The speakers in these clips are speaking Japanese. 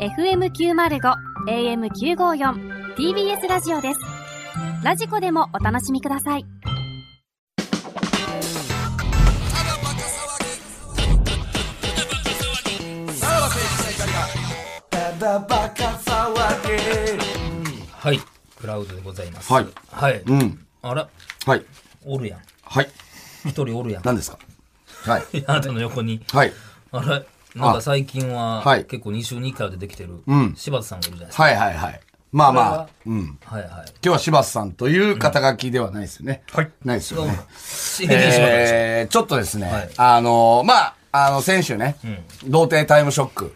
FM905 AM954 TBS ラジオですラジコでもお楽しみくださいはい、クラウドでございます。はいはい。うん。あら、はい。おるやん。はい。一人おるやん。何ですかはい。あなたの横に。はい。あれ、なんか最近は、はい結構2週に1回は出てきてる、ん柴田さんがいるじゃないですか。はいはいはい。まあまあ、うん。今はいはい。日は柴田さんという肩書きではないですよね。はいないですよね。 CD 柴田でしえー、ちょっとですね、はいあのーまあ、あの、先週ね、童貞タイムショックょ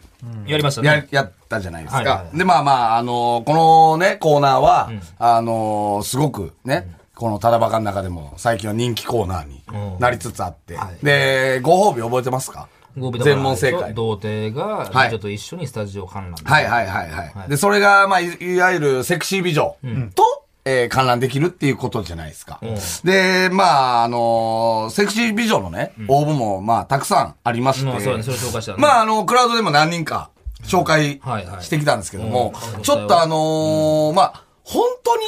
やりましたやね。、やったじゃないですか。はいはいはいで、まあまあ、あのーこのね、コーナーは、あのーすごくね、このただバカの中でも最近は人気コーナーになりつつあって、で、ご褒美覚えてますかごびだから全問正解。童貞が、はいちょっと一緒にスタジオ観覧。はいい。はいはいはい。はいで、それが、まあ、いいわゆるセクシー美女と、えー観覧できるっていうことじゃないですか。で、まあ、あのーセクシー美女のね、応募も、まあ、たくさんありまして。まあ、そうだね、それ紹介したらね。まあ、あ、あの、クラウドでも何人か紹介はいはいしてきたんですけどもう、んちょっとあのー、まあ、本当に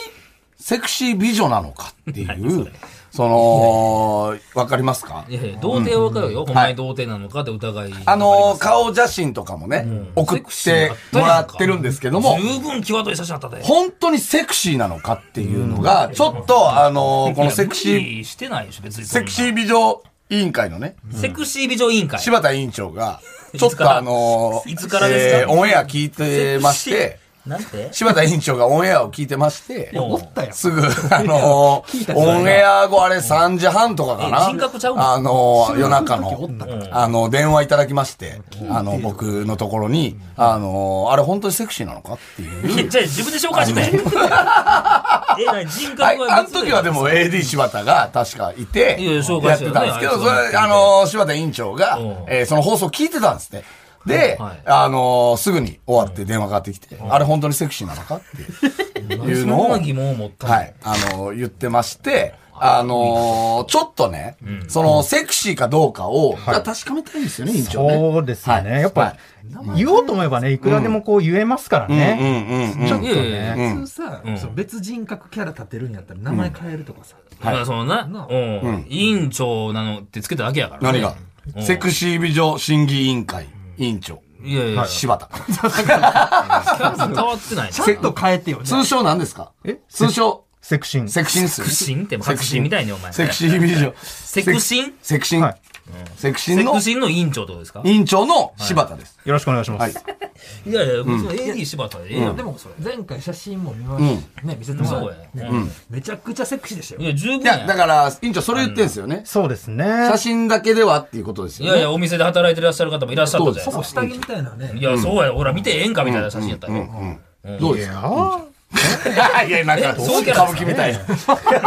セクシー美女なのかっていう、その、わかりますかいやいや、童貞は分かるよ。ほんまに童貞なのかって疑い。あのー、顔写真とかもね、送ってもらってるんですけども、十分際どい写真あったで。本当にセクシーなのかっていうのが、ちょっと、あのー、このセクシいや無ー、理してないでしょ、別にそんセな。クシー美女委員会のね、セクシー美女委員会。柴田委員長が、いちょっつからとあのー、いつからですかえーオンエア聞いてまして、なんて柴田委員長がオンエアを聞いてまして、おったよ。すぐ、あのー、オンエア後あれ3時半とかかな。え人格ちゃうのあのー、夜中の、あの、電話いただきまして、あの、僕のところに、あのー、あれ本当にセクシーなのかっていう。いやじゃあ自分で紹介してくれ。 え、なに人格はい、はあの別で時はでも AD 柴田が確かいて、いやいやや紹介っしてよてねたんですけど、そあいつれ、もあの、柴田委員長がうん、えーその放送聞いてたんですね。で、はいあのすぐに終わって電話かかってきて、あれ本当にセクシーなのかっていうのそんをな、疑問を持ったの。はい、あの言ってまして、あのちょっとね、その、セクシーかどうかを、確かめたいんですよね、委員長ね。そうですよね。はいやっぱ、言おうと思えばね、いくらでもこう言えますからうんね。うんうん。ちょっといやいやいね。普通さ、その別人格キャラ立てるんやったら名前変えるとかさ、だからそのなな、うん。委員長なのってつけただけやから何ね。が、セクシー美女審議委員会、委員長、いやいや、キ柴田。ャラ変わってないちょっと変えてよね通称何ですかえ通称、セクシー。セクシンっすよセクシンって活字みたいねお前セクシン美女。セクシンセクシンはい。セクシンセのクシーの委員長ってことですか委員長の柴田です。よろしくお願いしまはいす。。いやいや、別に AD 柴田でええやん。でも前回写真も見ました、ね見せてもらそうっやて、。うんめちゃくちゃセクシーでしたよいや、十分いや、だや。から、委員長それ言ってんすよね。そうですね。写真だけではっていうことですいよやいや、ね。お店で働いてらっしゃる方もいらっしゃったじゃないですほかぼ。下着みたいなね、いや、そうや。ほら、見てええんかみたいな写真やったね。どうですか いや、なんか、歌そう舞じゃないですか伎みたい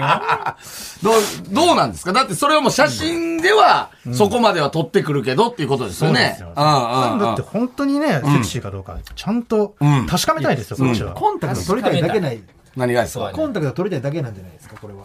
な。どう、どうなんですかだってそれはもう写真では、そこまでは撮ってくるけどっていうことですよね。そうですようんうんうだんって本当にね、セクシーかどうか、ちゃんとん確かめたいですよ、こっちは。コンタクト取りたいだけない何がですそうかやコンタクト取りたいだけなんじゃないですかこれは、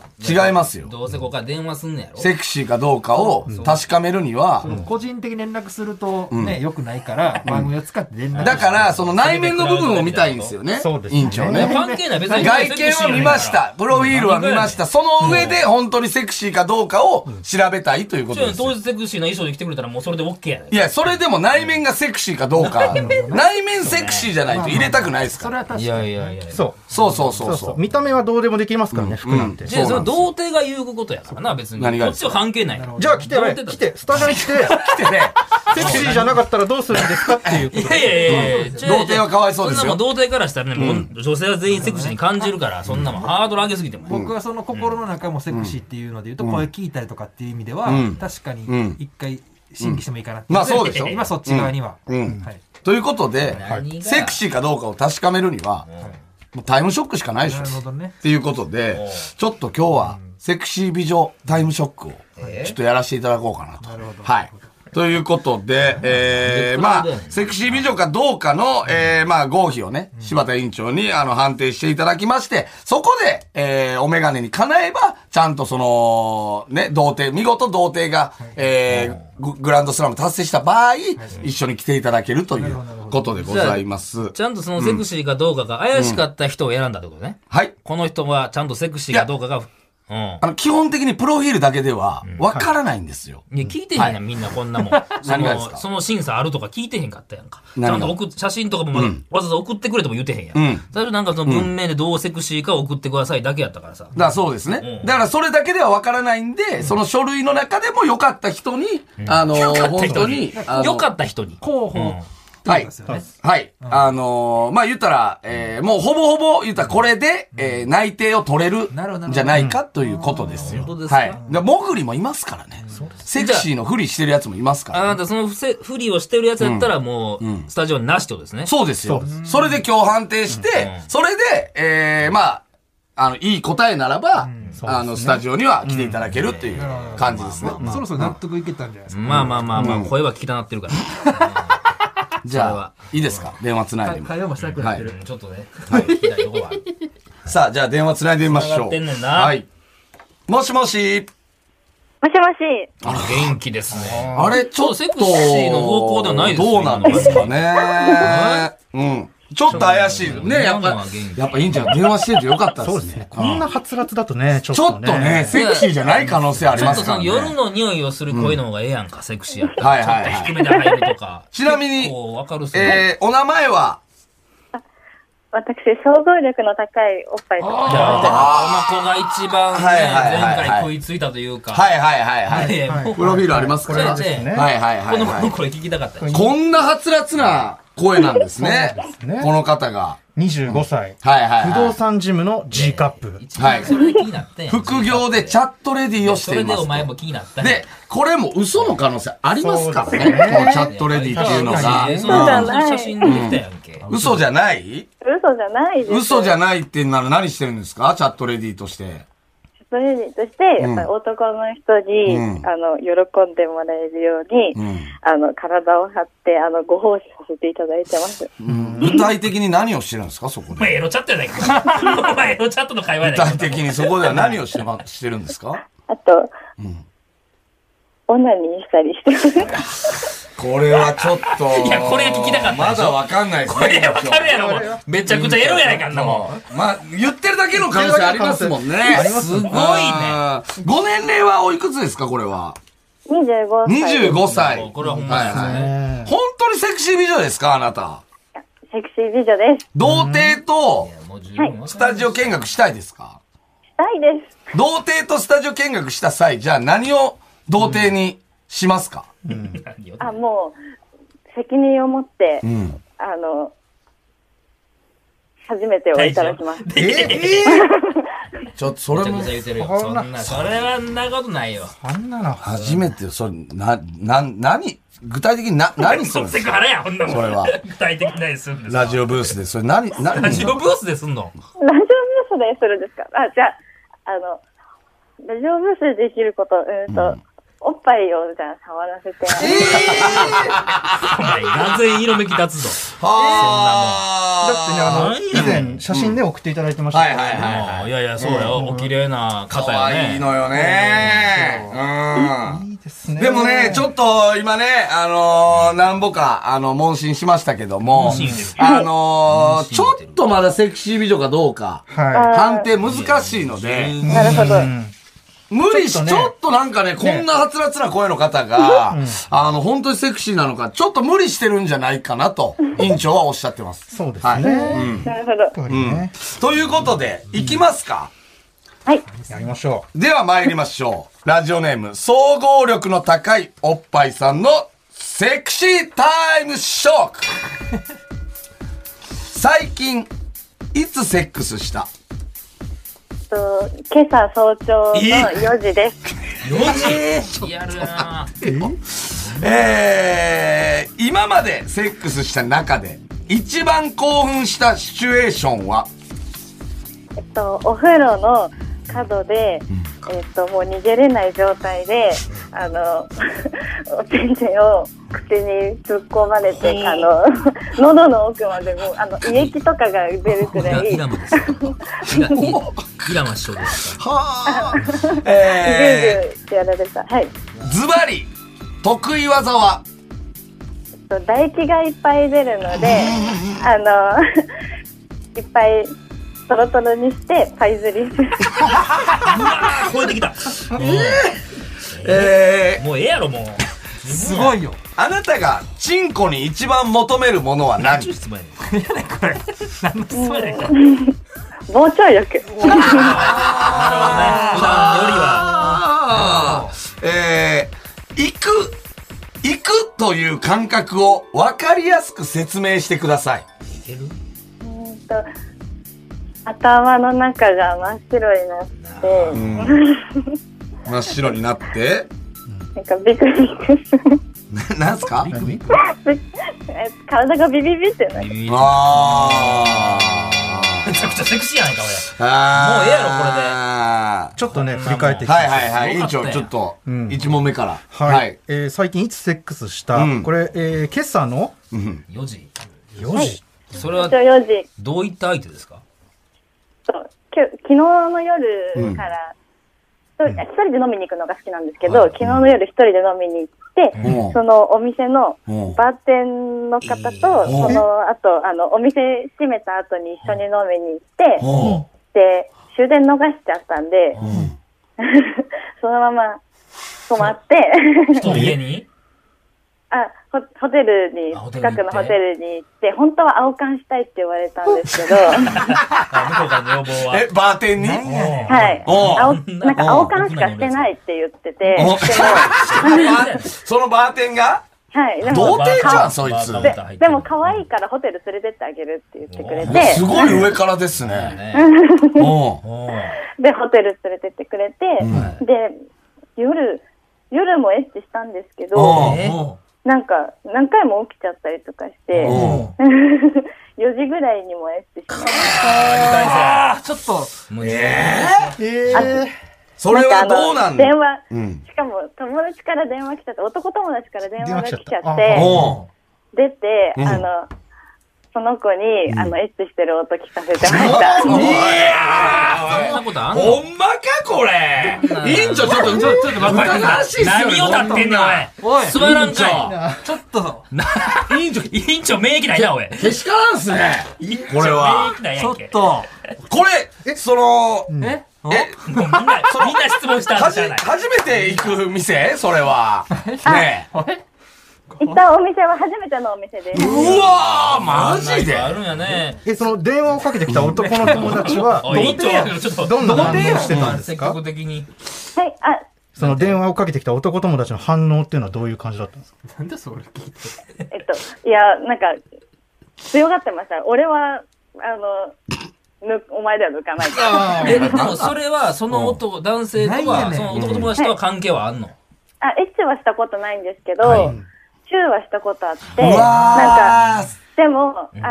違いますよ。どうせここから電話すんねやろ。セクシーかどうかを確かめるには、個人的に連絡するとね、良くないから番組を使って連絡だから、その内面の部分を見たいんですよね。そうです委ね員長いやね。関係ない、別に。外見は見ました。プロフィールは見ました。その上で本当にセクシーかどうかを調べたいというこじとゃあですよ当。日セクシーな衣装で来てくれたらもうそれで OK やねいや、それでも内面がセクシーかどうか。内面セクシーじゃないと入れたくないですかそれら。は確かにいやいやいや。そう。そうそうそそううそ。そう見た目はどうでもできますからね、服なんて。じゃあ、それは童貞が言うことやからな、別に。何がこっちは関係ない。じゃあ来て童貞、だ来て、スタジオに来て、う。 でね、セクシーじゃなかったらどうするんですかっていうこいとやいやいやいや、童童貞はかわいそそうんでなもすんよ。童貞からしたらね、もう女性は全員セクシーに感じるから、そんなもんハードル上げすぎても。僕はその心の中もセクシーっていうので言うと、声聞いたりとかっていう意味では、うん確かうんに一回審議してもいいかなって、まあそうでしょ今そっち側には、うん。はい、ということで、何がセクシーかどうかを確かめるには、もうタイムショックしかないでしなるほょ。どねっていうことで、ちょっと今日はセクシー美女タイムショックをちょっとやらせていただこうかなと。はい。ということで、えー、まあ、セクシー美女かどうかの、えー、まあ、合否をね、柴田委員長に、あの、判定していただきまして、そこで、えー、お眼鏡に叶えば、ちゃんとその、ね、童貞、見事童貞が、えー、ググランドスラム達成した場合、一緒に来ていただけるという、ことでございます。ちゃんとそのセクシーかどうかが怪しかった人を選んだってことね。はい。この人はちゃんとセクシーかどうかが、うん。あの、基本的にプロフィールだけでは、わからないんですよ。いや、聞いてへんやん、みんなこんなもん。そ 何がですの、かその審査あるとか聞いてへんかったやんか。ち何がゃんと送っ写真とかもまだ、わざわざ送ってくれとも言ってへんやん。うん最初なんかその文明でどうセクシーか送ってくださいだけやったからさ。だからそうですね。うんだからそれだけではわからないんで、その書類の中でも良かった人に、あの、本当に、あのよかった人に。候補、はいですよね。はい。あのーまあ、言ったら、えーもうほぼほぼ、言ったらこれで、えー内定を取れるなるほどなるほ、どじゃないかということですよ。本当ですかはい。で、モグリもいますからね。セクシーのふりしてるやつもいますかあら。なた、そのふせふりをしてるやつやったら、もう、スタジオなしってことですね。そうですよ。それで今日判定して、それで、えーまあ、あの、いい答えならば、あの、スタジオには来ていただけるっていう感じですね。そろそろ納得いけたんじゃないですか。まあまあまあまあ、声は聞きたなってるから。じそれゃはあ、いいですか電話つないでも。会話もしたくなってる。うんちょっとね、聞きたいとこは。 さあ、じゃあ電話つないでみまし繋がょっうてんねん。なはい。もしもし。もしもし。元気ですね。あれ、ちょっと。セクシーの方向ではないですよどうなんですかね。うん。ちょっと怪しい。ね、やっ今のはぱ元、気やっぱいいんじゃん。電話しててよかったでそうすですねね。。こんなはつらつだとね、ちょっちょとっね。とね、セクシーじゃない可能性ありちょまっとすそかのら夜ね。の匂いをする声の方がええやんか、セクシーやったらはいはいは低い。めで入るとか。ちなみにこう、わかるっすね。えー、お名前は私、総合力の高いおっぱいとか。じゃああこの子が一番ね、はいはいはいはい前回食いついたというか。はいはいはいはい。でもうプロフィールありますからこれですねはいはいはこいのは子これ聞きたかったい。。こんなはつらつな声なんですね。この方が。 25歳。はいはいはい。不動産ジムの G カップ。一番それが気になってんやん副業でチャットレディをしそてれいまですおと。前も気になったんやで、これも嘘の可能性ありますからね。そうですねこのチャットレディっていうのが。えーそそうだのね写真できたやんけ。嘘じゃない嘘じゃないです。嘘じゃ。ゃないってなら何してるんですかチャットレディとして。それとして、やっぱり男の人に、うんあの、喜んでもらえるように、うんあの、体を張って、あの、ご奉仕させていただいてます。うん具体的に何をしてるんですかそこ お前で。エロチャットやない か。お前エロチャットの会話や具ない体か。的にそこでは何をしてましてるんですかあと、オナニーしたりして ます。これはちょっと。 いやこれ聞きたかったまでしょだわかんないですこれね。わかるやろ、もう。めちゃくちゃエロやないか、あんなもん。まあ、言ってるだけの可能性ありますもんね。すごいねあー。ご年齢はおいくつですかこれは。 25歳。 25歳。これはほんまですねはいはい本当にセクシー美女ですかあなた。セクシー美女です。童貞ともう十分わかるスタジオ見学したいですかしたいです。童貞とスタジオ見学した際、じゃあ何を童貞にしますか、何よあ、もう、責任を持って、んあの、初めてをいただきます。えちょっとそめちれゃくもちゃ。言ってるよ。そそんなんな、それはんなことないよ。あんなの。初めて、それ、な、な、何具体的にな、何するんでセすクかハラやん、ほんなもん。それは具体的なにするんですかラジオブースで、それ何、何ラジオブースですんのラジオブースでするんですかあ、じゃあ、あの、ラジオブースでできること、うーんと、おっぱいをじゃあ触らせて。お前、完全に色めき立つぞ。だってね、あの、何以やねん前写真で送っていただいてましたけどはいはいはいいやいや、そうよ。お綺麗な方可や愛いね。のよね。うん。いいですね。でもね、ちょっと今ね、あのー、なんぼか、あの、問診しましたけども問診してる、あの問ー、診ちょっとまだセクシー美女かどうか、は判定難しいので、なるほど。い。うん。無理し、ちちょょっっと,、とねなんかね、こんなはつらつな声の方が、あの、本当にセクシーなのか、ちょっと無理してるんじゃないかなと、委員長はおっしゃってます。そうですはいね。うやっんなるほど。ぱりね。ということで、いきますか。はい。やりましょう。では参りましょう。ラジオネーム、総合力の高いおっぱいさんのセクシータイムショック。最近、いつセックスしたと、今朝早朝の4時です。 4時やるなえー、今までセックスした中で、一番興奮したシチュエーションはえっと、お風呂の角で、えっと、もう逃げれない状態で、あの、おちんちんを口にぶっ込まれて、あの、喉の奥までもう、あの、胃液とかが出るくイらラいイラ、マです。イライラマ師匠ですかはあ。ぐーえぐーってやられた。はい。ー、ズバリ、得意技はえっと唾液がいっぱい出るので、あの、 いっぱいトロトロにしてパイ釣りする。あー超えてきた。えもうええやろ、もう。すごいよ。ー、あなたがチンコに一番求めるものは何質問やねん。なるほどね。普段よ膨張力。りは。あーえー、行く、行くという感覚を分かりやすく説明してください。うんと頭の中が真っ白になって、真っ白になって、なんかビクビクする。ななんすかえ体がビビビってなる。あめちゃくちゃセクシーやないか、ーあー。もうええやろちょっとね、振り返ってきまはいす。はいはい。委よか員ったやん長、ちょっと、うん一問目から。はい、はい。えー最近いつセックスした、うんこれ、えー今朝のうん俺。4時。 4時。それは一応4時どういった相手ですかと、きょ昨日の夜から、一人あ一人で飲みに行くのが好きなんですけど、はい昨日の夜一人で飲みに行って、うんそのお店のうんバーテンの方と、その後、あの、お店閉めた後に一緒に飲みに行って、おで、終電逃しちゃったんで、ん そのまま泊まって、一人家に あホ、ホテルにあホ、テルに行近ってくのホテルに行って、本当は青缶したいって言われたんですけど、あ向こうからの要望は。え、バーテンにおうはい。おう 青、なんか青缶しかしてないって言ってて、でおも、うそのバーテンがはい。で童も、貞じゃん、かそいつ。でででも可愛いからホテル連れてってあげるって言ってくれて、すごい上からですね。ねおうおうで、ホテル連れてってくれて、で、夜、夜もエッチしたんですおけうど、えなんか、何回も起きちゃったりとかして、おう4時ぐらいにもエッチしてああ、ちょっと、もうえそれはどうなんだ電話、んしかも友達から電話来ちゃって、男友達から電話が来ちゃっ電て、おう出て、うんあの、その子に、あの、エッチしてる音聞かせてました。いやそんなことあんーのほんまか、これん委員長、ちょっと、ちょっと、疑わしいっす何よをね。立ってんねん、おおい。いつまらんかい。ちょっと、委員長、委員長免疫ないな、おい。けしからんっすね。これは。免疫ないちやょんっけ。と、これ、その、ええ、もうみんな、みんな質問したはんじ、じゃ ない。初めて行く店それ は。ねえ。行ったお店は初めてのお店です。うわー、マなんジかであるんやね。え、その電話をかけてきた男の友達 は、あ、委員長やけど、ちょっと。どんな反応どうしてたんです積か極的に。はい、あ、その電話をかけてきた男友達の反応っていうのはどういう感じだったんですかなんでそれ聞いて。えっと、いや、なんか、強がってました。俺は、あの、ぬお前では抜かないから。え、でもそれは、その男、男性とないやは、ねんその男友達とは関係はあんのあ、エッチはしたことないんですけど、チューはしたことあって、うなんか、わでも、あの、チュ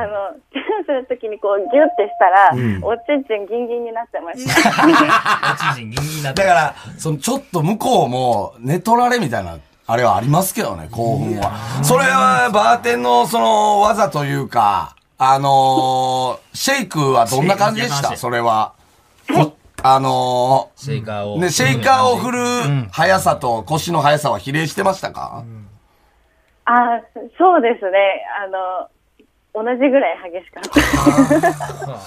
ーするときにこう、ギュってしたら、おちんちんギンギンになってました。あ知人、ギンギンになっーてだ。から、その、ちょっと向こうも、寝取られみたいな、あれはありますけどね、興奮は。それは、バーテンの、その、技というか、あのー、シェイクはどんな感じでシしェイクたそれは。こあのー、シェイカーを。ね、シェイカーを振る速さと腰の速さは比例してましたか、 あ、そうですね。あの、同じぐらい激しかった。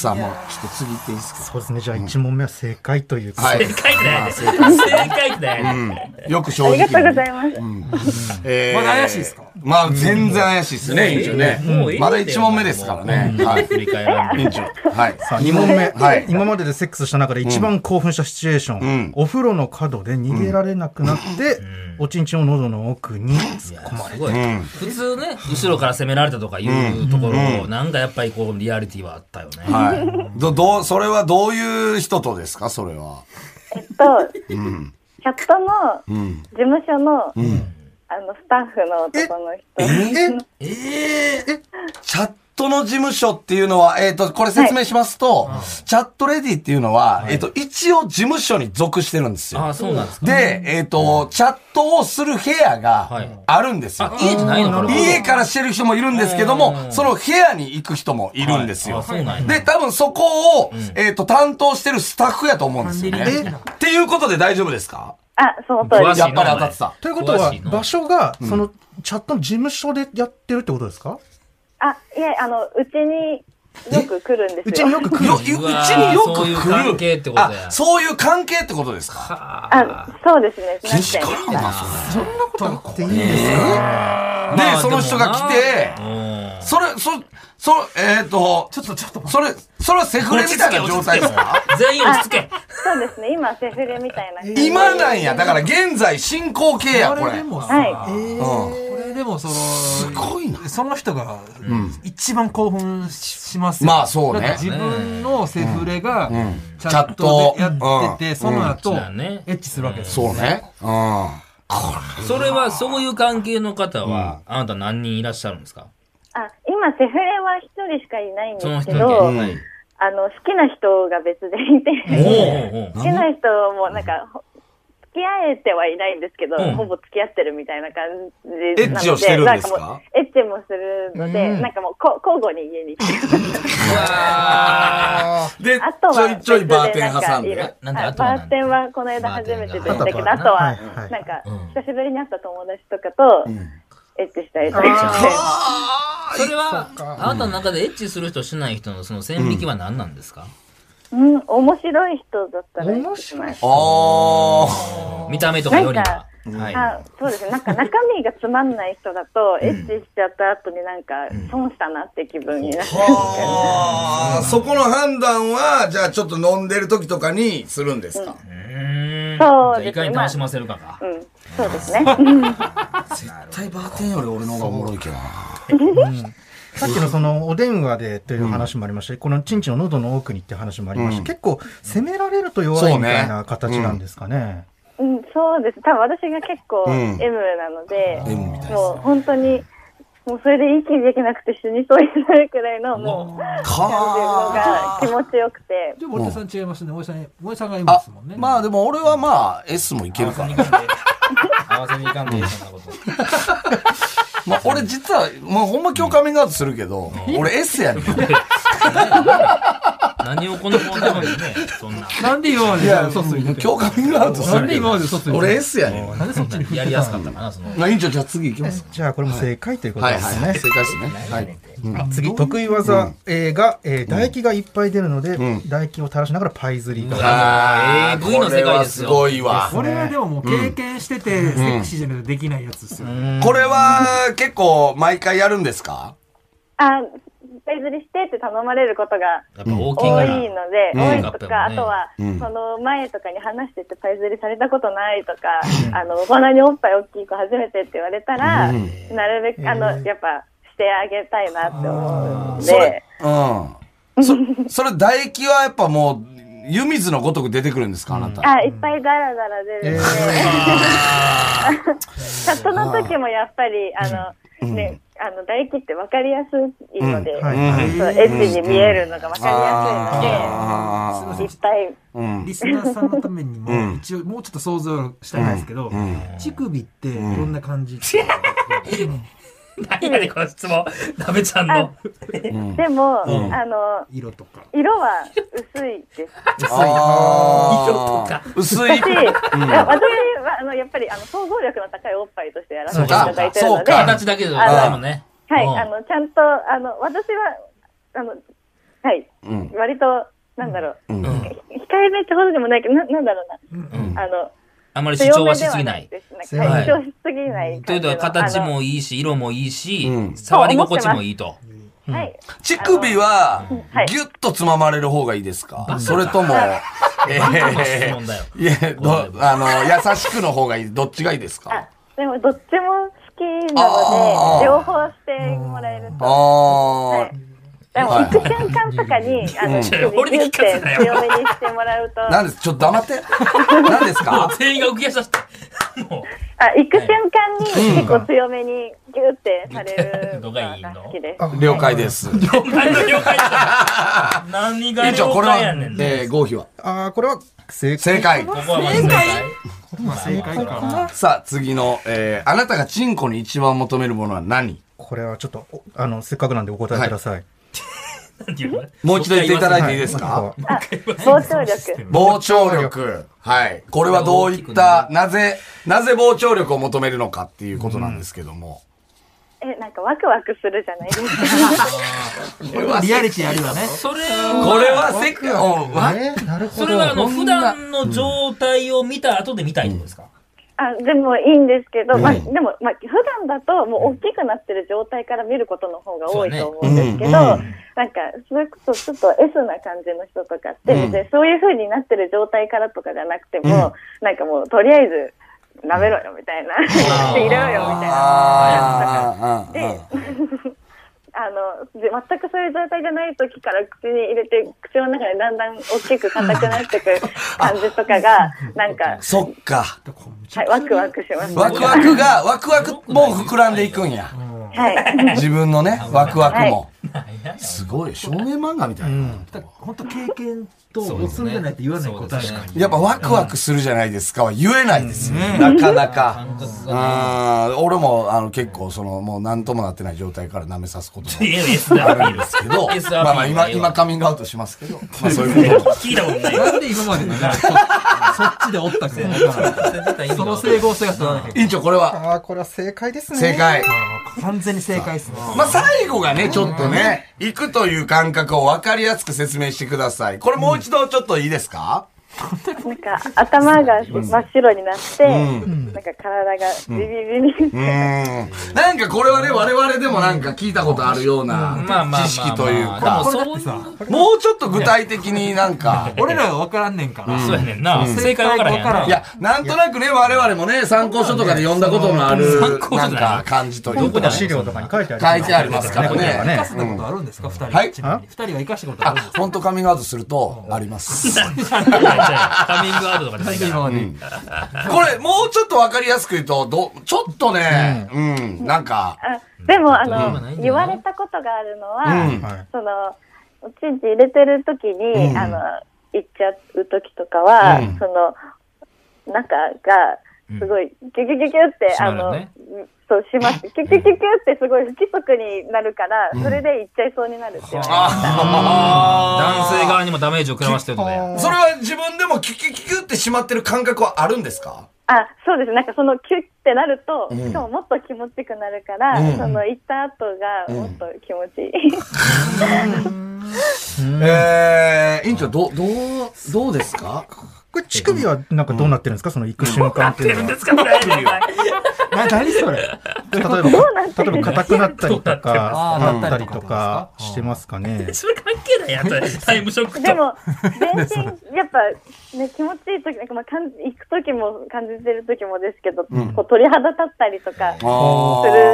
さあ、もう、ちょっと次行っていいですかそうですね、じゃあ1問目は正解というか、はい正。解ってないね。正解ってないね。よく正あ直りに。がとうございます。えーまだ怪しいですかまあ、全然怪しいですね、委員長ね。もういいよまだ1問目ですからね。はい。振り返らんで委員長。はい。さあ2問目、はい今まででセックスした中で一番興奮したシチュエーション、んお風呂の角で逃げられなくなって、おちんちんを喉の奥に突っ込ますれるごい、普通ね後ろから攻められたとかいうところを、なんかやっぱりこうリアリティはあったよね、はい。ど、どう、それはどういう人とですかそれは。えっと、キャットの事務所の、あの、スタッフの男の人。ええチャットの事務所っていうのは、えっ、と、これ説明しますと、チャットレディっていうのは、えっ、と、一応事務所に属してるんですよ。ああそうなんですかで、えっ、と、チャットをする部屋はいがあるんですよ。あ家じゃないのこれは家からしてる人もいるんですけどうも、んその部屋に行く人もいるんですはよいあそうなん。やで、多分そこを、えっと、担当してるスタッフやと思うんですよね。えっていうことで大丈夫ですかあ、その通り詳でしす。いなやっぱり当たってた。ということ詳はしいな場所がそのチャットの事務所でやってるってことですかあ、いや、あの、うちによく来るんですよ。うちによく来るよ、うちによくそう来いるう関係ってことやあ、そういう関係ってことですかあ、そうですね。すいません。賢いな、それ。とっていいんですかでまあ、その人が来て、でもなそれ、そ、そ、えっ、と、ちょっと、ちょっと、それ、それはセフレみたいな状態ですかうん全員落ち着け。そうですね。今、セフレみたいな。今なんや。だから現在進行形や、ここれれ。でうん。もさ、はいこれでもその、すごいな。その人が一番興奮ししますよまあそうねだって自分のセフレがんチャットでやってうんて、その後、うんエそうだねッチするわけですよ。そうね。うん。それは、そういう関係の方は、あなた何人いらっしゃるんですかあ、今、セフレは一人しかいないんそのです人けだけ。ど、はいあの、好きな人が別でいおて、うおうおう好きな人もなんか、ほ付き合えてはいないんですけど、うんほぼ付き合ってるみたいな感じなので、エッチをしてるんですかなんもうエッチもするので、なんかもうこ交互に家に来てであと、はちょいちょいバーテン挟んで別ね。ななんんかでいあとるは何バーテンはこの間初めてでしたけど、バーテあンとがははいは、いなんかうん、久しぶりに会った友達とかと、エッチしたりとかそれは、あなたの中でエッチする人しない人のその線引きは何なんですかして、うん、面白い人だったらいいします。あ見た目とかよりは。はい。あそうですね。なんか中身がつまんない人だと、エッチしちゃった後になんか、損したなって気分になる。あー。そこの判断は、じゃあちょっと飲んでる時とかにするんですか、うんそうじゃあいですかね。にまあ楽しませるかか。うん、そうで すね。うん絶対バーテンより俺の方がおもろいけどな。さっきのそのお電話でという話もありましたし、このチンチンを喉の奥にって話もありました、うん結構責められると弱いみたいな形なんですかね。うん、そうです。多分私が結構うん M なので、 M みたいですねもう本当に、もうそれで息できなくて死にそうになるくらいの、もう、か感じのが気持ちよくて、でも、森田さん違いますね。森田さん、森田さんがいまあすもんね。、まあでも俺はまあ S もいけるから。合わせにいかんで、そんなこと。まあ俺実は、まあほんま今日カミングアウトするけど、俺 S やねん。何をこの問題までね、そんな。なんで今まで嘘ついて今て日カミングアウトすなんるでけ今どまで嘘ついてて俺 S やねん。なんでそっちに振ってたのやりやすかったかな、その。まあ委員長じゃあ次行きますか。じゃあこれも正解ということはいですはね。いはい。正解ですね。はい。あ次得意技、えーが、えー唾液がいっぱい出るので、ん唾液を垂らしながらパイ釣りが、あー AV の世界ですよこれはすごいわ。これはでももう経験してて、セクシーじゃないとできないやつですよ。これは結構毎回やるんですかあ、ペイズリしてって頼まれることがやっぱ大きい多かいら。ので、うん多いとか、うあんとは、うんその前とかに話しててパイズリされたことないとか、あの、こんなにおっぱい大きい子初めてって言われたら、なるべく、あの、やっぱ、してあげたいなって思うんそれで、、うん。そ、 それ唾液はやっぱもう、湯水のごとく出てくるんですかあなた。あ、いっぱいダラダラ出る ので、チャットの時もやっぱり、あの、ね、あの、唾液って分かりやすいので、うんはいそうエッジに見えるのが分かりやあすいので、いっぱい、ーうんリスナーさんのためにも、うん一応もうちょっと想像したいんですけど、乳首ってどんな感じ、 何やねんこの質問。なべちゃんの。でも、あの、 色とか。色は薄いです。あー薄い。し、私はあのやっぱりあの想像力の高いおっぱいとしてやらせていただいてるそうので、かは形だけでもね。い、うんあのちゃんとあの私はあのはい、ん割となんだろうう、ん控えめってほどでもないけど、ななんだろうな、あのあんまり主強張めはしですはぎなないい。です。強めはい、主張しすぎないというの感じの。は形あのもいいし、色もいいし、うん触り心地もいいと。はい、乳首ははい、ぎゅっとつままれる方がいいですかそ れとも、え質問ーだよ。いえ、ど、あの、優しくの方がいい。どっちがいいですかあでもどっちも好きなあのーで、両方してもらえると。はあいでもはい行く瞬間とかに、あの、ちょ俺に首ギュ聞っかせてなよ強めにしてもらうと、あ。なんですちょっと黙って。何ですも かう全員が浮き足立って。もあ、行く瞬間に結構強めにギュってされるのが好きです。了解です。う、了解だ、 了解だ。何が委員長、こ了れ解やはねん、な。えー、合否はあーこれは正解正解。ここはまず正解まあ正解かな。さあ、次の、えー、あなたがチンコに一番求めるものは何これはちょっとおあのせっかくなんでお答えください、なんていうのもう一度言っていただいていいですかあ、 膨張力。膨張力。はい。これはどういった、なぜ、なぜ膨張力を求めるのかっていうことなんですけども。え、なんかワクワクするじゃないですか。リアリティあるよね。それこは、れはセク、うんわえーなるほそど。れはあの、こ普んな段の状態を見た後で見たいってことですか、あ、でもいいんですけど、まあ、でも、まあ、普段だと、もう大きくなってる状態から見ることの方が多いと思うんですけど、そうなねんか、それこそちょっと S な感じの人とかって、別にそういう風になってる状態からとかじゃなくても、なんかもう、とりあえず、舐めろよ、みたいな。 入れろよ、みたいな。あーあー、あー あの、で全くそういう状態じゃない時から口に入れて、口の中でだんだん大きく硬くなってく感じと かが、なんか、そっか。はい、ワクワクします。ワクワクが、ワクワクも膨らんでいくんや。はい。自分のね、ワクワクも。すごい、少年漫画みたいな。本当経験とおすじゃないって言わないことあるそうですねやっぱワクワクするじゃないですかは言えないですよ。なかなか。あー俺も、あの、結構、その、もう何ともなってない状態から舐めさすこともいや S でアピールですけけど S まあまあ今、今カミングアウトしますけど、まあそういうこと。聞いたことないよ。なんで今までのね、そそっちでおったかその整合性が取ら ない。委員長、これはあーこれは正解ですね。正。解。完全に正解っすね。まあ最後がね、ちょっとね、行くという感覚を分かりやすく説明してください。これもう一度ちょっといいですかなんか頭が真っ白になって、なんか体がビビビビ、うーん。なんかこれはね、我々でもなんか聞いたことあるようまあまあまあなまあ知識といでうもか、そういうもうちょっと具体的になんか、俺らが分からんねんから。そうやねんな。正解わからへんやわからんんいな。や、なんとなくね、我々もね、参考書とかで読んだことのある、なんか感じというこかの。資料とかに書いてあり書いてありますからこれは生ねかせたことあるんですか、二人。はいちなみに二人は生かしたことああるんです、本当カミングアウトすると、あります。カミングアウトとかでないかから。今まで。これ、もうちょっとわかりやすく言うと、ど、ちょっとね、うん、なんか、あでもあうんまあないんの、じゃ言ないわれたことがあるのうんは、はいその、おちんちん入れてる時に、うんあの、行っちゃう時とかは、うんその、中が、すごい、キュキュキュキュって、締あまるの、ねそうします。キュキュキュキュってすごい不規則になるから、それで行っちゃいそうになるって言われます。男あ性側にもダメージを食らわしてるので。それは自分でもキュキュキュキュってしまってる感覚はあるんですかあ、そうです。なんかそのキュッてなると、しかももっと気持ちよくなるから、うんその行った後がもっと気持ちいい。えー、委員長、どう、どう、どうですかこれ乳首はなんかどうなってるんですかその行く瞬間っていうのは。な、何それ例えば、例えば硬くなったりとか、あーなったりとかしてますかね。それ関係ないやつ。タイムショックでと。 も、全身、やっぱ、ね、気持ちいい時、なんかまあ、かん行く時も感じてる時もですけど、こう鳥肌立ったりとか、する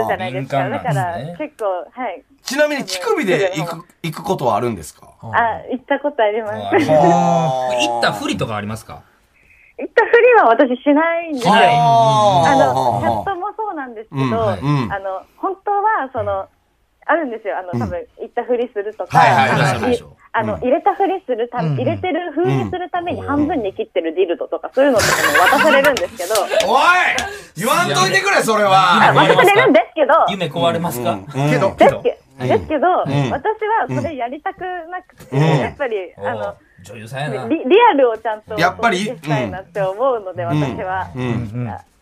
じゃないですあか。ーだか敏感なんですねら、結構、はい。ちなみに乳首で行く、行くことはあるんですかあ、行ったことあります。行ったふ り行ったふりとかありますかは私しないんですよ。ないああの、チャッートもそうなんですけど、うんはいうんあの、本当は、その、あるんですよ。あの、多分、行ったふりするとか、はいはいはいあはのいいあの、入れたふりするため、入れてるふうにするために半分に切ってるディルドとか、そういうのとかも渡されるんですけど、おい言わんといてくれ、それあは渡されるんですけど、夢壊れますかけど、けですど、けですけど、私はそれやりたくなくて、やっぱり、あおのう、女優さんやな。リリアルをちゃんとやっぱりお届けしたいなって思うので、私は。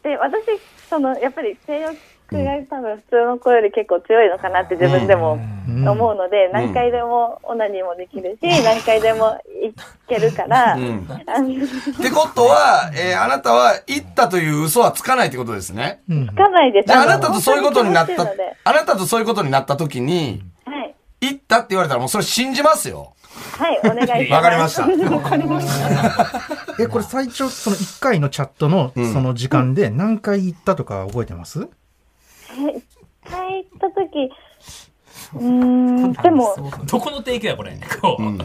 で、私、その、やっぱり性欲が多分普通の子より結構強いのかなって自分でも思うので、何回でもオナニーもできるし、何回でもいけるから、あっのてことは、えー、あなたは行ったという嘘はつかないってことですね。つかないです。じゃあ、あなたとそういうことになっ本た当気持ちいいので、あなたとそういうことになった時に、はい。行ったって言われたらもうそれ信じますよ。はい、お願いします。わかりました。え、これ最長、その1回のチャットの、その時間で何回行ったとか覚えてます一回行った時、うーん、でも、どこの提供や、これ。こう。な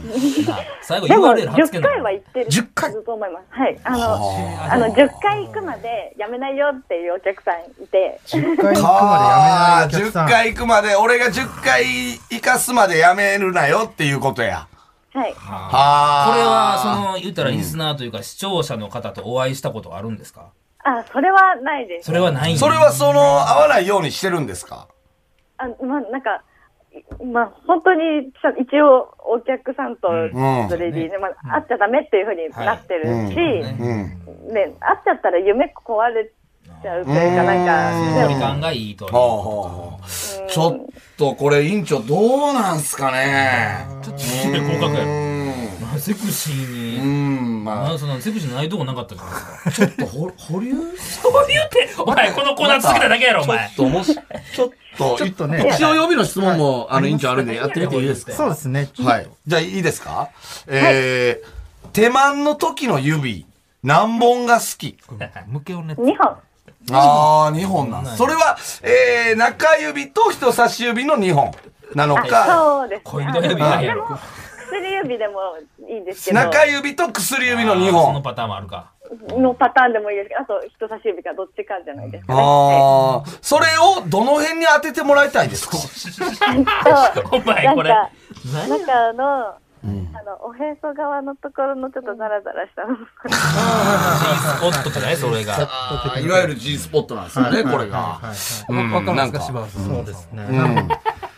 最後でも URL 貼っつけ10んの回は行ってる10回と思います。はい。あの、あの10回行くまでやめないよっていうお客さんいて、 ?10 回行くあまあ、でや10めないお客さん。回行くまで、俺が10回行かすまでやめるなよっていうことや。はい。これはは、その、言ったらリスナーというか視聴者の方とお会いしたことあるんですかあ、それはないです。それはないんやそれはその、合わないようにしてるんですかあ、まあ、なんか、まあ、本当に、さ一応、お客さんと、んそれで、まあ、会っちゃダメっていうふうになってるし、うん。ね、会っちゃったら夢壊れちゃうというか、なんか、距離感がいいという。ほうほうほう。ちょっとこれ委員長どうなんすかね。ちょっと失礼合格やろ。うん。まあセクシーうに。ん、まああ、そのセクシーないとこなかったじゃないですか。ちょっと保保留そう言って、お前、このコーナー続けただけやろ、お前。ともし、ちょっと、ちょっとね一応予備の質問も、あの、委員長あるんで、やってみていいですかそうですね。はい。じゃあ、いいですかえー、手満の時の指、何本が好き向けをね、 2本。ああ、2本なんですそれは、えー、中指と人差し指の2本なのか、そうです恋ね。人指ないやろ。薬指でもいいんですけど、中指と薬指の2あーその本。パターンもあるか。のパターンでもいいですけど、あと人差し指かどっちかじゃないですかね。ああ、それをどの辺に当ててもらいたいですかそうお前、なんこれ。か、中の、あの、おへそ側のところのちょっとザラザラしたの。スポットじゃないそれが。あーいわゆる G スポットなんですよね、これが。はい。うんわかるなんんですかか、柴田さん。そうですね。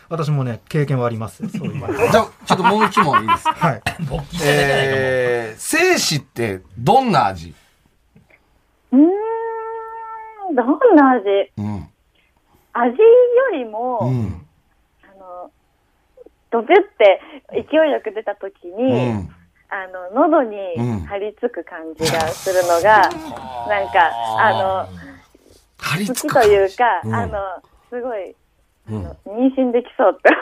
私もね、経験はあります。そういう。じゃあ、ちょっともう一問いいですかはい。勃起しただけじゃないかも。 えー、精子ってどんな味うーん、どんな味うん。味よりも、うん。あの、ドビュって勢いよく出た時に、うん。あの、喉にうん張り付く感じがするのが、なんか、あ張りの、好付くきとか。いうか、うんあの、すごい、あの妊娠できそうって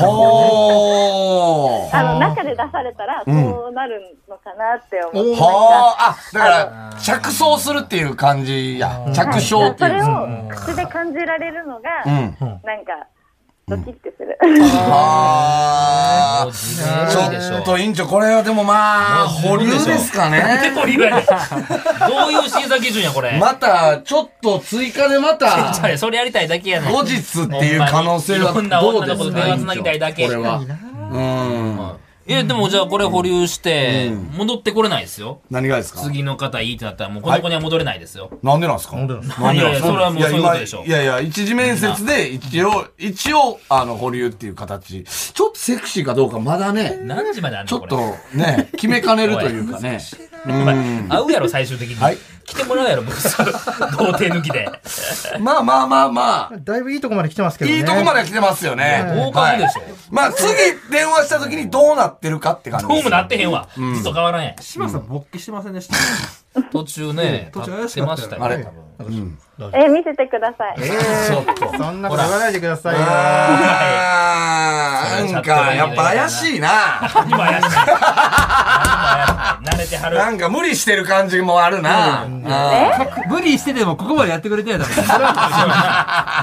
思う。ほー。あの、中で出されたら、そうなるのかなって思う。ほー。なんかあ、だから、着想するっていう感じや。着想ってそいれう。を口で感じられるのが、うん。なんか、ドキッてする。はもうー。自ち然ょいいでしょ。っと委員長、これはでもまあ、保留ですかなんでね。これ言われないどういう審査基準や、これ。また、ちょっと追加でまた ちゃ、うねそれやりたいだけやねん。後日っていう可能性はほんまにどういろんな女ので子すとか電話つなぎたいだけ委員長これは。うん。え、でもじゃあこれ保留してうん、戻ってこれないですよ。何がですか次の方いいってなったら、もうこの子には戻れないですよ。なんでなんですかなんでなんですかいやいやそれはもうそういうことでしょいやいや、一時面接で一応、一応、あの、保留っていう形。ちょっとセクシーかどうかまだね、何時まであんちょのっこれ。とね、決めかねるという かね。お前会うやろ、最終的に。はい来てもらうやろ、僕。童 貞抜きで。まあまあまあまあ。だいぶいいとこまで来てますけどね。いいとこまで来てますよね。合格でしょはいまあ、次電話した時にどうなってるかって感じどうです。もなってへんわ。ずっと変わらんやん。柴田さん、勃起してませんでした。途中ね、途中立怪っしてかまったよしたあよ。れ。うん。 え、見せてください。ちょっと。そんなこと言わないでくださいよ。あーなんか、やっぱ怪しいな。 何も怪しない。何も怪しない。慣れてはる。なんか無理してる感じもあるな。うん無理してでもここまでやってくれてやだから。そうやな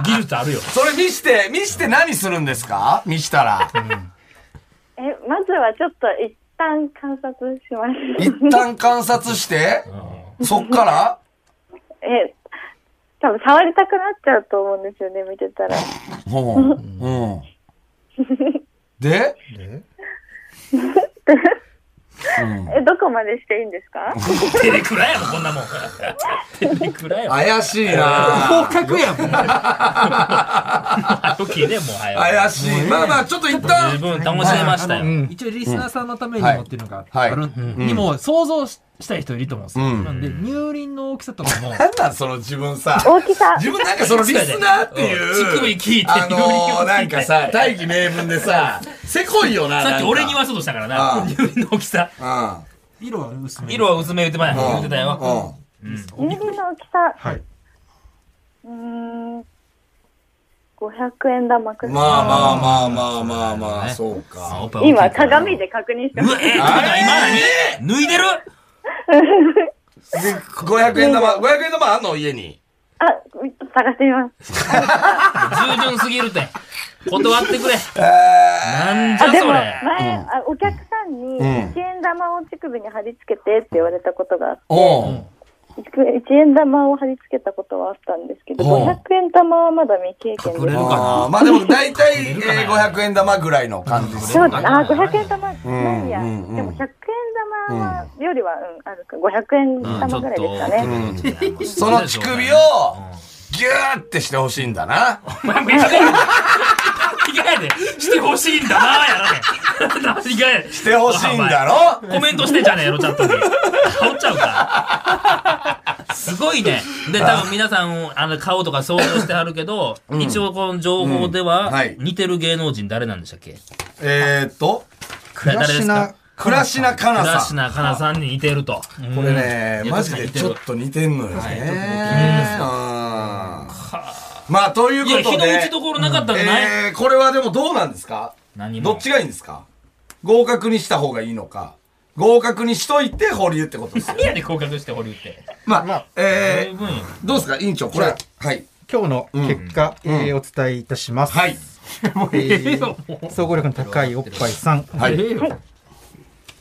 技術あるよ。それ見して、見して何するんですか見したら。え、まずはちょっと一旦観察します。一旦観察して、そっから え、多分触りたくなっちゃうと思うんですよね、見てたら。ほう。うん。でえ、どこまでしていいんですかテレクラやろ、こんなもん。テレクラやろ。怪しいな合格やん、もう。早起きね、もう早く怪しい。まあまあ、ちょっと一十旦、分楽しめましたあのよ。一応リスナーさんのためにはいもっていうのがある、にも想像ししたい人いると思うんですよ。うんなんで、乳輪の大きさとかも、なんなんその自分さ。大きさ。自分なんかそのリスナーっていう。うん乳首聞いてあのー、なんかさ、大義名分で さ、せこいよな。さっき俺に言は。わそうとしたからああな。乳輪の大きさ。う色は薄め。色は薄め言ってまやん。ん。うん言ってたよ。。指の大きさ。はい。うーん。500円玉くうんらまい。あまあまあまあまあまあ、そうあおかっ。ぱい大きい今、鏡で確認してうまわす。えー、あれ今何脱いでる500円玉、500円玉あんの家に。あ、探してみます。従順すぎるって。断ってくれ。なんじあ、ゃでも、そ前、れ。あお客さんに、ん1円玉を乳首に貼り付けてって言われたことがあっておう1円玉を貼り付けたことはあったんですけど、ほう500円玉はまだ未経験で隠れする。あーまあでも大体えー500円玉ぐらいの感じですそようね。だな、あ500円玉、なんや、うんうんでも100円玉はよりは、うん、あるか、500円玉ぐらいですかね。その乳首をギューってしてほしいんだな。お前もう一回やで。一しいんだなーやら ねん。何がやしてほしいんだろコメントしてんじゃねえやろ、チャットに。煽っちゃうから。すごいね。で、多分皆さん、あの、顔とか想像してはるけど、一応この情報では、うんはい似てる芸能人誰なんでしたっけえーっと、暮らし倉な、科香倉奈さん。科香菜さんに似てると。これねう、んマジでちょっと似てんのよね。うんまあ、といういや、こ日のと打でち、どころなかったんじゃない、えーこれはでもどうなんですか何もどっちがいいんですか合格にした方がいいのか、合格にしといて保留ってことですよい。やで合格して保留って。 ままああ、え十分よー、どうですか委員長、これ。はい。今日の結果、うんえーお伝えいたします。はい。えー総合力の高いおっぱいさん、はい。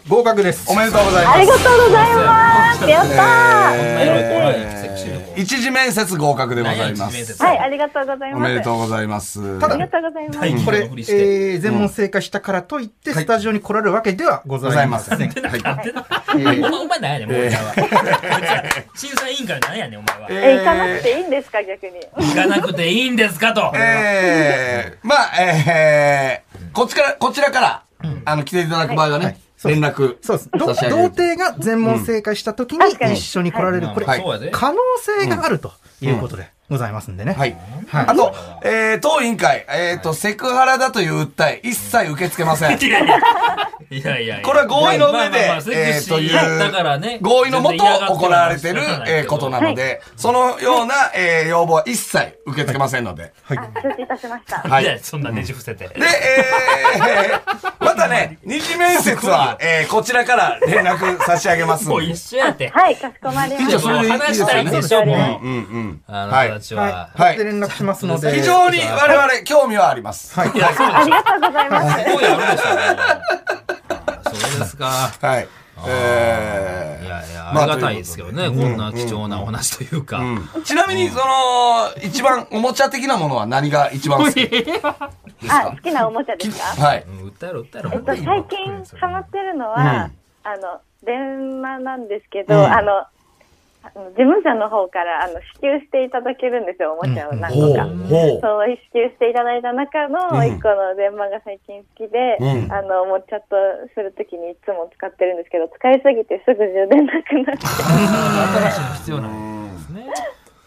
合格です。おめでとうございます。ありがとうございます。やったー。セクシーでも一次面接合格でございま何や一次面す。接はい、ありがとうございおます。めでとうございます。あたりがだとうございます。大こ金れ、えのふりして。ー全問正解したからといって、はいスタジオに来られるわけではごござざいいまませせん。ん。はい。お前、お前何やねん、もう俺は。 審査委員会何やねん、お前は。え、行かなくていいんですか、逆に。行かなくていいんですかと。ええまあ、ええこっちから、こちらから、あの、来ていただく場合はね、連絡。そうです。ど童差し上げる貞が全問正解したときうん確かにに一緒に来られる、これ、はい可能性があるということでございますんでね。はい。あと、えー、当委員会、えっ、と、セクハラだという訴え、一切受け付けません。いやいやいやいやいや。これは合意の上でまあまあまあセクシーえーというだからね合意のも全と然嫌がっては行われてる仕方ない、けどえーことなので、そのような、えー、要望は一切受け付けませんので。はい。承知いたしました。はいいや、そんなねじ伏せて。で、えー、 またね、二次面接は、えー、こちらから連絡差し上げますんもうで。一緒やって。はい、かしこまりま以上そしれた。でいい話したいんでしいょ、いですよねもう。うんうん。あのはい人たちはは。い。これで連絡しますので。非常に我々、興味はあります。はい。いや、そうあでしりょ。がとうございます。すごいあるでしょあー。そうですか。はい。いやえいや、まあありがたいですけどね、というこことでんな貴重なお話というか。ー ちなみに、その、一番、おもちゃ的なものは何が一番好きあ、好きなおもちゃですかはい。うん訴えろ、訴えろ。えっと、最近ハマってるのは、あの、電話なんですけど、うんあの、あの事務所の方から、あの、支給していただけるんですよ、おもちゃを何個ほうか。、ほう。そう、支給していただいた中の一個の電話が最近好きで、うんあの、もうチャットするときにいつも使ってるんですけど、使いすぎてすぐ充電なくなって。新しいの必要なんですね。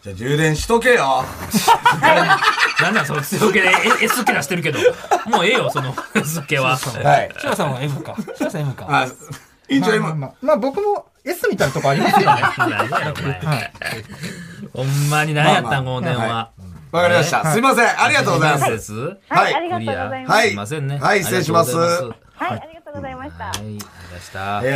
じゃあ充電しとけよ。なんなんその強気で、え S 気出してるけど。もうええよ、その S 気は。はい。シュワさんは M か。シュワさん M か。あ、委員長ま M。あまあまあまあ僕も S みたいなとこあ りますよね。何やろお前はい。ほんまに何やったん、この電ま話。わかりました。すいません。ありがとうございます。す。ははい、はあいりがとうございます。はいすいませんね。はい失礼しまあすりがとうございはい、ありがとうございました。ますはい、ありがとうございましたい。や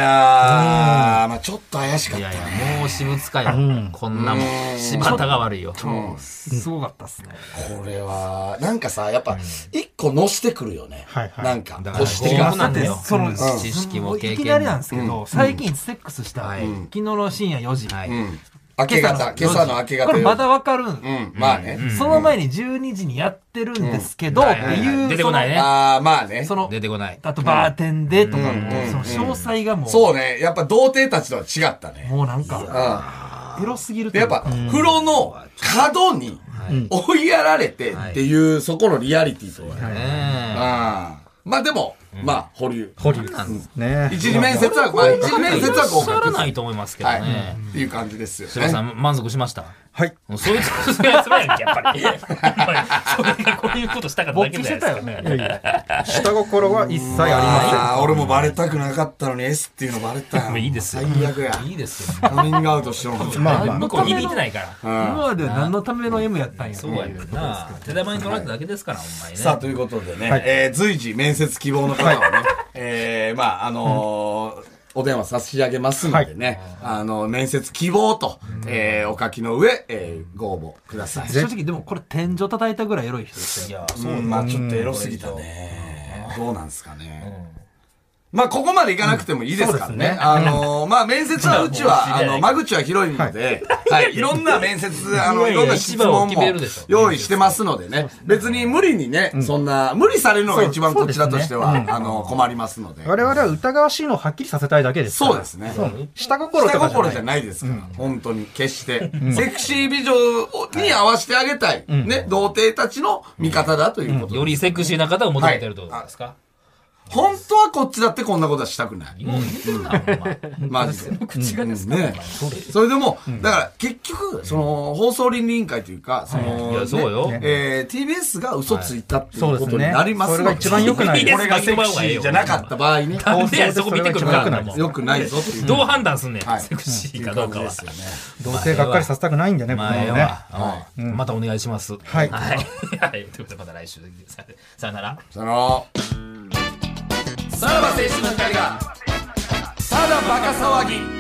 ー、まあちょっと怪しかっいやたいね。や、もう私物かよん。こんなもうんん。柴田が悪いよ。すごかったっすね。これは、なんかさ、やっぱ、一個のしてくるよね。はいはいなんかか、ら腰こ的うな。なんだでよその、知識も経験もいきなりなんですけど、最近セックスした、はい昨日の深夜4時。はいうん。明け方、今朝の明け方よ。これまだわかる。うんん、まあね。その前に12時にやってるんですけど、っていう、出てこないね。あー、まあね。その、そ出のてこない。あとバーテンでとかもうん、その詳細がもう、そうね。やっぱ童貞たちとは違ったね。もうなんうか、ん。エロすぎるとで、いやうかっぱ、風呂の角に追いやられてっていう、そこのリアリティとはね。ねあーまあでも、まあ、保留。保留なんですね。一次面接は、まあ、一次え。面接は合わら格です。ないと思いますけどはい。ね。っていう感じですよ柴田さね。ん、満足しましたはい。もうそういうことするやつらやんけ、やっぱり。それがこういうことしたかっただ勃け起じしゃなてたいですかよね。いやいや下心は一切ありまあー、俺もバレたくなかったのに S っていうのバレたもよ。 ういいですよ最悪や。いいですよ。カミングアウトしようせん。まあま向あ。こう響いてないから。今までは何のための M やったんや。そうやねんな。手玉に取られただけですから、ほんまにね。さあ、ということでね、はいえー随時面接希望の方はね、 えーまあ、あのーお電話差し上げますのでね、あの、面接希望と、えーお書きの上、えーご応募ください。正直でもこれ天井叩いたぐらいエロい人ですよ。いや、うんまあ、ちょっとエロすぎたね。どうなんですかね。まあ、ここまでいかなくてもいいですからね。あのー、まあ、面接はうち は、あの、間口は広いので、はい。いろんな面接、 あの、いろんな質一問番を決もめるでしょ用意してますのでね。別に無理にね、そんな、無理されるのが一番こちらとしてそうですはね、あの、困りますので。我々は疑わしいのをはっきりさせたいだけですから。そうですね。下心下とか心じじゃゃない。ないですから、本当に、決して。セクシー美女に合わせてあげたい、ね、童貞たちの味方だということ。よりセクシーな方を求めてるってことですか、本当はこっちだってこんなことはしたくない。よう言ってるな、お前。マジで。口がですかね。それでも、だから結局、その、放送倫理委員会というか、その、いやねそうよえー TBS が嘘ついたっていはういことになりますのでそうですねそれが一番良くない TBS これがセクシーじゃなかった場合 に、なんでやそこ見てくるそれがか一番良くないでよすくないぞっていう。どう判断すんねん、はいセクシーかどうかは。っていう感じですよね同性がっかりさせたくないんだよね、まあ、ええ僕もね。わうんまたお願いします。ははい。いはいということで、また来週。ささよなら。そのさらば青春の光がただバカ騒ぎ